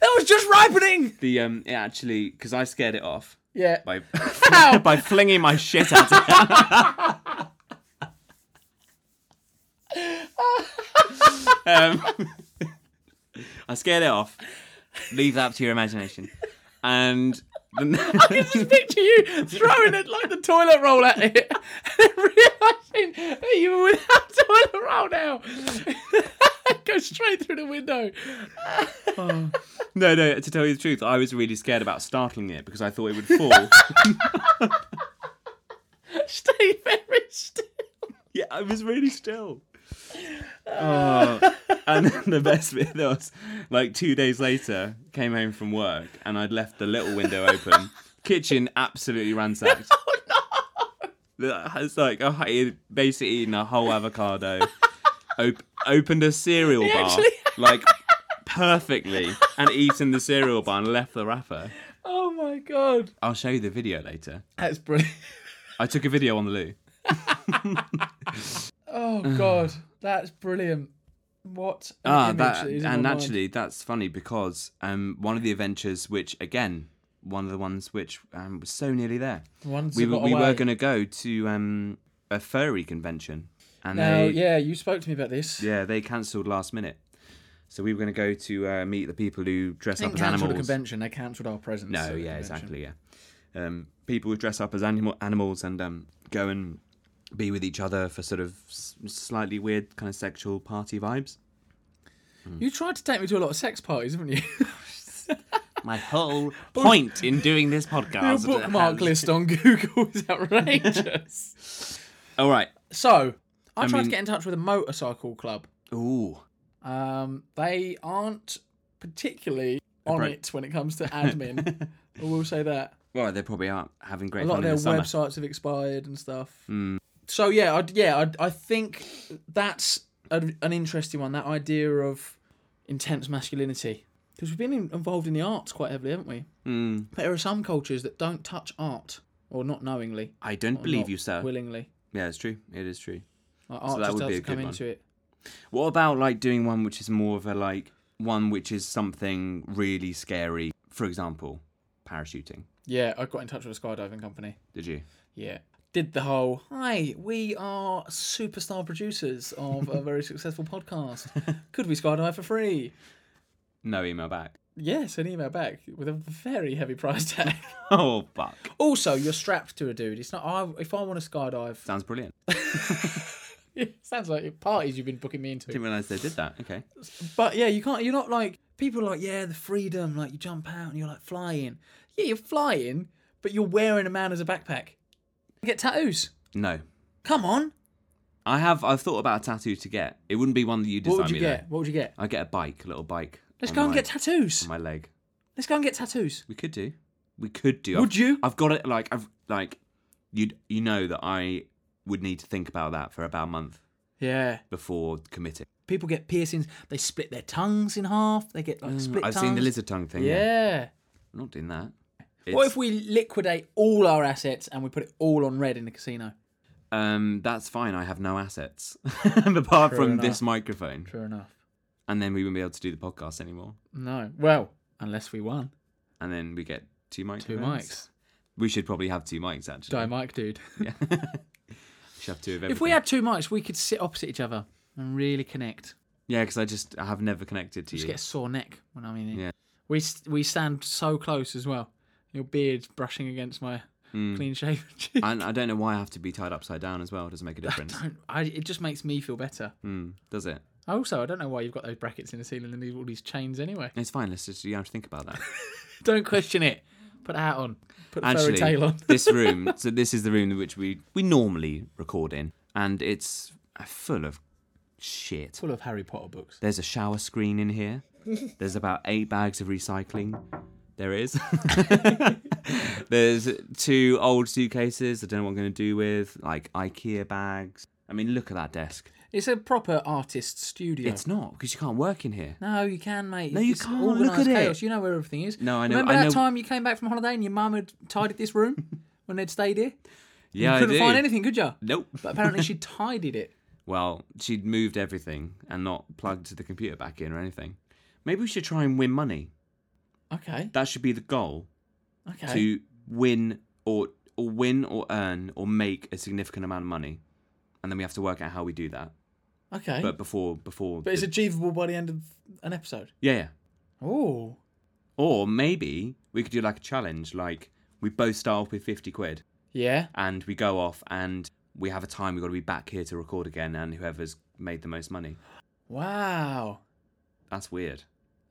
D: That was just ripening!
C: the um, it actually because I scared it off
D: Yeah.
C: by
D: Ow.
C: by flinging my shit at it. um, I scared it off. Leave that to your imagination. And
D: I
C: the,
D: just picture you throwing it like the toilet roll at it and realizing that you were without toilet roll now. Go straight through the window. Oh.
C: no, no. To tell you the truth, I was really scared about startling it because I thought it would fall.
D: Stay very still.
C: Yeah, I was really still. Oh, and then the best bit there was like two days later, came home from work and I'd left the little window open. Kitchen absolutely ransacked. Oh no! It's like oh, I had basically eaten a whole avocado. Op- opened a cereal bar
D: actually-
C: like perfectly and eaten the cereal bar and left the wrapper.
D: Oh my god.
C: I'll show you the video later.
D: That's brilliant.
C: I took a video on the loo.
D: Oh god. That's brilliant. What an
C: Mm. Ah,
D: image
C: that,
D: that is in
C: and
D: my mind.
C: actually, that's funny because um, one of the adventures, which again, one of the ones which um, was so nearly there,
D: Once
C: we
D: it
C: were,
D: got
C: we were
D: away.
C: going to go to um, a furry convention, and
D: Now,
C: they
D: yeah, you spoke to me about this.
C: yeah, they cancelled last minute, so we were going to go to uh, meet the people who dress
D: They
C: up
D: didn't
C: as
D: cancel the
C: animals.
D: convention. They cancelled our presence. at
C: No,
D: the
C: yeah,
D: convention.
C: exactly, yeah. Um, people who dress up as animal animals and um, go and be with each other for sort of s- slightly weird kind of sexual party vibes.
D: You tried to take me to a lot of sex parties, haven't you?
E: My whole point in doing this podcast.
D: Your bookmark list on Google is outrageous.
C: All right.
D: so, I, tried to
C: mean-
D: get in touch with a motorcycle club.
C: Ooh.
D: Um, they aren't particularly on
C: Appro-
D: it when it comes to admin. I will say that.
C: Well, they probably are having great
D: a lot
C: fun
D: of
C: in
D: their
C: the summer. Hmm.
D: websites have expired and stuff. So yeah, I, yeah, I, I think that's a, an interesting one. That idea of intense masculinity, because we've been in, involved in the arts quite heavily, haven't we?
C: Mm.
D: But there are some cultures that don't touch art, or not knowingly,
C: I don't
D: or
C: believe
D: not
C: you, sir.
D: willingly.
C: Yeah, it's true. It is true.
D: Like, art
C: that
D: just
C: would
D: has
C: be
D: to
C: a good
D: come
C: one.
D: into it.
C: What about like doing one which is more of a like one which is something really scary? For example, parachuting.
D: Yeah, I got in touch with a skydiving company.
C: Did you?
D: Yeah. Did the whole, hi, we are superstar producers of a very successful podcast. Could we skydive for free?
C: No email back.
D: Yes, an email back with a very heavy price tag.
C: Oh fuck!
D: also, you're strapped to a dude. It's not. I, if I want to skydive,
C: Sounds brilliant.
D: it sounds like your parties you've been booking me into.
C: Didn't realise they did that. Okay.
D: But yeah, you can't. You're not like people are like yeah, the freedom. Like you jump out and you're like flying. Yeah, you're flying, but you're wearing a man as a backpack. Get tattoos.
C: No,
D: Come on.
C: I have. I've thought about a tattoo to get. It wouldn't be one that you
D: What
C: design
D: would you
C: me though.
D: get? What would you get?
C: I get a bike, a little bike.
D: Let's
C: on
D: go and
C: my-
D: get tattoos.
C: on my leg.
D: Let's go and get tattoos.
C: We could do. We could do.
D: Would
C: I've,
D: you?
C: I've got it. Like I've like you. You know that I would need to think about that for about a month
D: Yeah.
C: before committing.
D: People get piercings. They split their tongues in half. They get like split.
C: I've seen the
D: tongues.
C: lizard tongue thing.
D: Yeah.
C: I'm not doing that.
D: What
C: It's-
D: if we liquidate all our assets and we put it all on red in the casino?
C: um, that's fine. I have no assets apart
D: True
C: from
D: enough.
C: this microphone,
D: True enough.
C: and then we wouldn't be able to do the podcast anymore.
D: No. Well, unless we won
C: And then we get two mics.
D: two mics.
C: We should probably have two mics actually.
D: Die mic, dude.
C: Yeah. we should have two of everything.
D: If we had two mics, we could sit opposite each other and really connect.
C: yeah, because I just I have never connected to
D: Just
C: you.
D: get a sore neck when I'm in it.
C: Yeah.
D: We s- we stand so close as well. Your beard's brushing against my
C: Hmm.
D: clean shaven cheek.
C: And I don't know why I have to be tied upside down as well. It doesn't make a difference.
D: Don't- I, it just makes me feel better.
C: Mm, does it?
D: Also, I don't know why you've got those brackets in the ceiling and these, all these chains anyway.
C: It's fine. Let's just, you don't have to think about that.
D: Don't question it. Put a hat on. Put a furry
C: Actually,
D: tail on.
C: this room, so this is the room in which we, we normally record in, and it's uh, full of shit.
D: Full of Harry Potter books.
C: There's a shower screen in here. There's about eight bags of recycling. There is. There's two old suitcases. I don't know what I'm going to do with, like IKEA bags. I mean, look at that desk.
D: It's a proper artist studio.
C: It's not because you can't work in here.
D: No, you can, mate.
C: No, you
D: It's
C: can't. Look
D: organised
C: at it.
D: chaos. You know where everything is.
C: No, I know-
D: Remember
C: I
D: that
C: know-
D: time you came back from holiday and your mum had tidied this room when they'd stayed here?
C: Yeah,
D: you couldn't
C: I do.
D: find anything, could you?
C: Nope.
D: But apparently she tidied it.
C: Well, she'd moved everything and not plugged the computer back in or anything. Maybe we should try and win money.
D: Okay.
C: That should be the goal.
D: Okay.
C: to win or or win or earn or make a significant amount of money, and then we have to work out how we do that.
D: okay. But,
C: But before before,
D: it's
C: the-
D: achievable by the end of an episode.
C: yeah, yeah.
D: Oh.
C: Or maybe we could do like a challenge, like we both start off with fifty quid,
D: Yeah.
C: and we go off and we have a time we've got to be back here to record again, and whoever's made the most money.
D: Wow.
C: That's weird.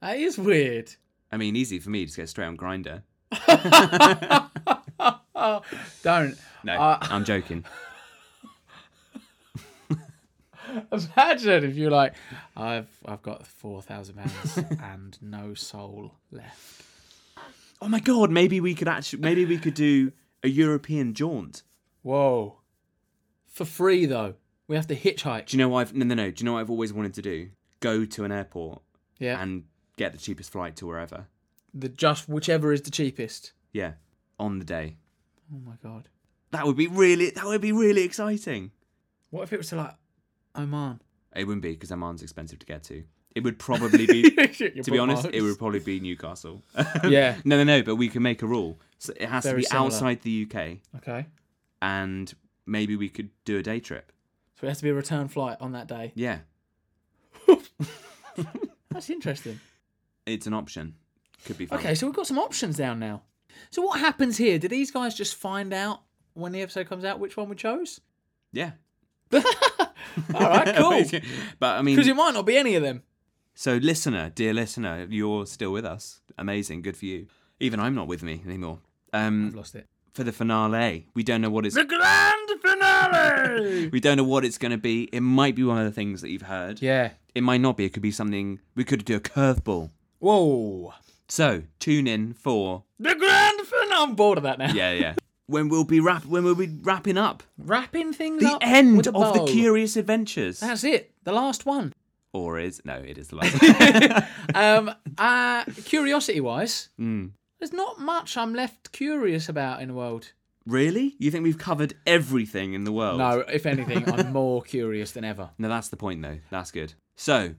D: That is weird.
C: I mean, easy for me to get straight on grinder.
D: Oh, Don't.
C: No,
D: Uh,
C: I'm joking.
D: Imagine if you're like, I've I've got four thousand pounds and no soul left.
C: Oh my god, maybe we could actually, maybe we could do a European jaunt.
D: Whoa. For free though. We have to hitchhike.
C: Do you know what I've no no no? Do you know what I've always wanted to do? Go to an airport
D: Yeah.
C: and get the cheapest flight to wherever.
D: the just whichever is the cheapest.
C: Yeah, on the day.
D: Oh my god.
C: That would be really. That would be really exciting.
D: What if it was to like Oman?
C: It wouldn't be because Amman's expensive to get to. It would probably be. to be honest, it would probably be Newcastle.
D: Yeah.
C: no, no, no. But we can make a rule. So it has
D: Very
C: to be
D: similar.
C: outside the UK,
D: Okay.
C: and maybe we could do a day trip.
D: So it has to be a return flight on that day.
C: Yeah,
D: That's interesting.
C: it's an option. Could be fun.
D: Okay, so we've got some options down now. So what happens here? Do these guys just find out when the episode comes out which one we chose?
C: Yeah.
D: All right, cool.
C: but I mean,
D: Because it might not be any of them.
C: So, listener, dear listener, you're still with us. Amazing. Good for you. Even I'm not with me anymore.
D: I've
C: Um,
D: lost it.
C: for the finale, we don't know what it's
D: grand finale.
C: we don't know what it's going to be. It might be one of the things that you've heard.
D: yeah.
C: It might not be. It could be something. We could do a curveball.
D: Whoa.
C: So tune in for
D: The grand finale. I'm bored of that now.
C: yeah yeah when we'll be wrap when we'll be wrapping up
D: Wrapping things
C: the
D: up.
C: end
D: with a
C: of the
D: bow.
C: Curious Adventures.
D: That's it. The last one.
C: Or is no, it is the last.
D: Um. uh, curiosity wise,
C: Hmm.
D: there's not much I'm left curious about in the world.
C: really? You think we've covered everything in the world?
D: No, if anything, I'm more curious than ever.
C: No, that's the point, though. That's good. So,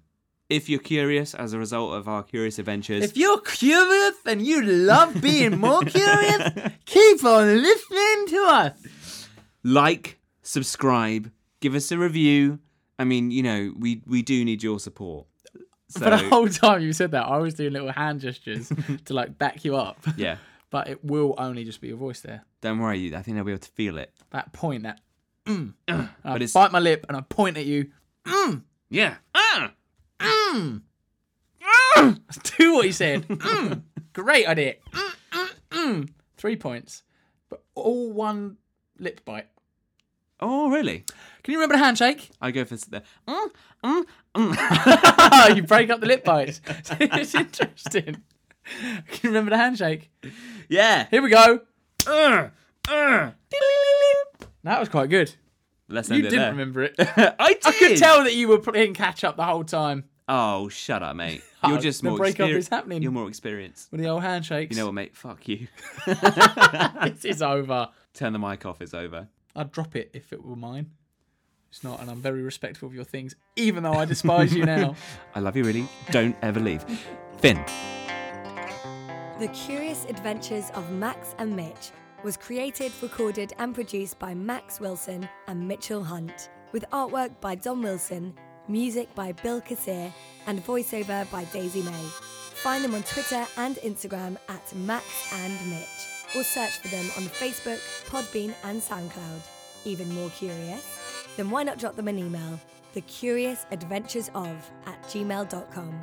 C: if you're curious as a result of our curious adventures,
D: you're curious and you love being more curious, keep on listening to us.
C: like, subscribe, give us a review. I mean, you know, we we do need your support.
D: For the
C: So,
D: whole time you said that, I was doing little hand gestures to like back you up.
C: yeah,
D: But it will only just be your voice there.
C: don't worry. you- I think they'll be able to feel it.
D: That point, that. Mm, And I
C: it's-
D: bite my lip and I point at you.
C: Yeah. Ah!
D: That's two what you said. Mm, great idea. Mm, mm, mm. Three points, but all one lip bite.
C: Oh, really?
D: Can you remember the handshake?
C: I go for s- the. mm,
D: you break up the lip bites. it's interesting. Can you remember the handshake?
C: Yeah.
D: Here we go.
C: Uh, uh.
D: That was quite good.
C: Let's
D: You
C: end it
D: didn't
C: there.
D: remember it.
C: I did.
D: I could tell that you were playing catch up the whole time
C: Oh, shut up, mate.
D: Oh,
C: You're just
D: the
C: more.
D: breakup
C: exper-
D: is happening.
C: You're more experienced.
D: with the old handshakes.
C: You know what, mate? Fuck you.
D: This is over.
C: Turn the mic off. It's over.
D: I'd drop it if it were mine. It's not, and I'm very respectful of your things, even though I despise you now.
C: I love you, really. Don't ever leave. Finn.
A: The Curious Adventures of Max and Mitch was created, recorded, and produced by Max Wilson and Mitchell Hunt, with artwork by Don Wilson, music by Bill Kassir, and voiceover by Daisy May. Find them on Twitter and Instagram at Max and Mitch, or search for them on Facebook, Podbean, and SoundCloud. Even more curious? Then why not drop them an email? The Curious Adventures of at gmail.com.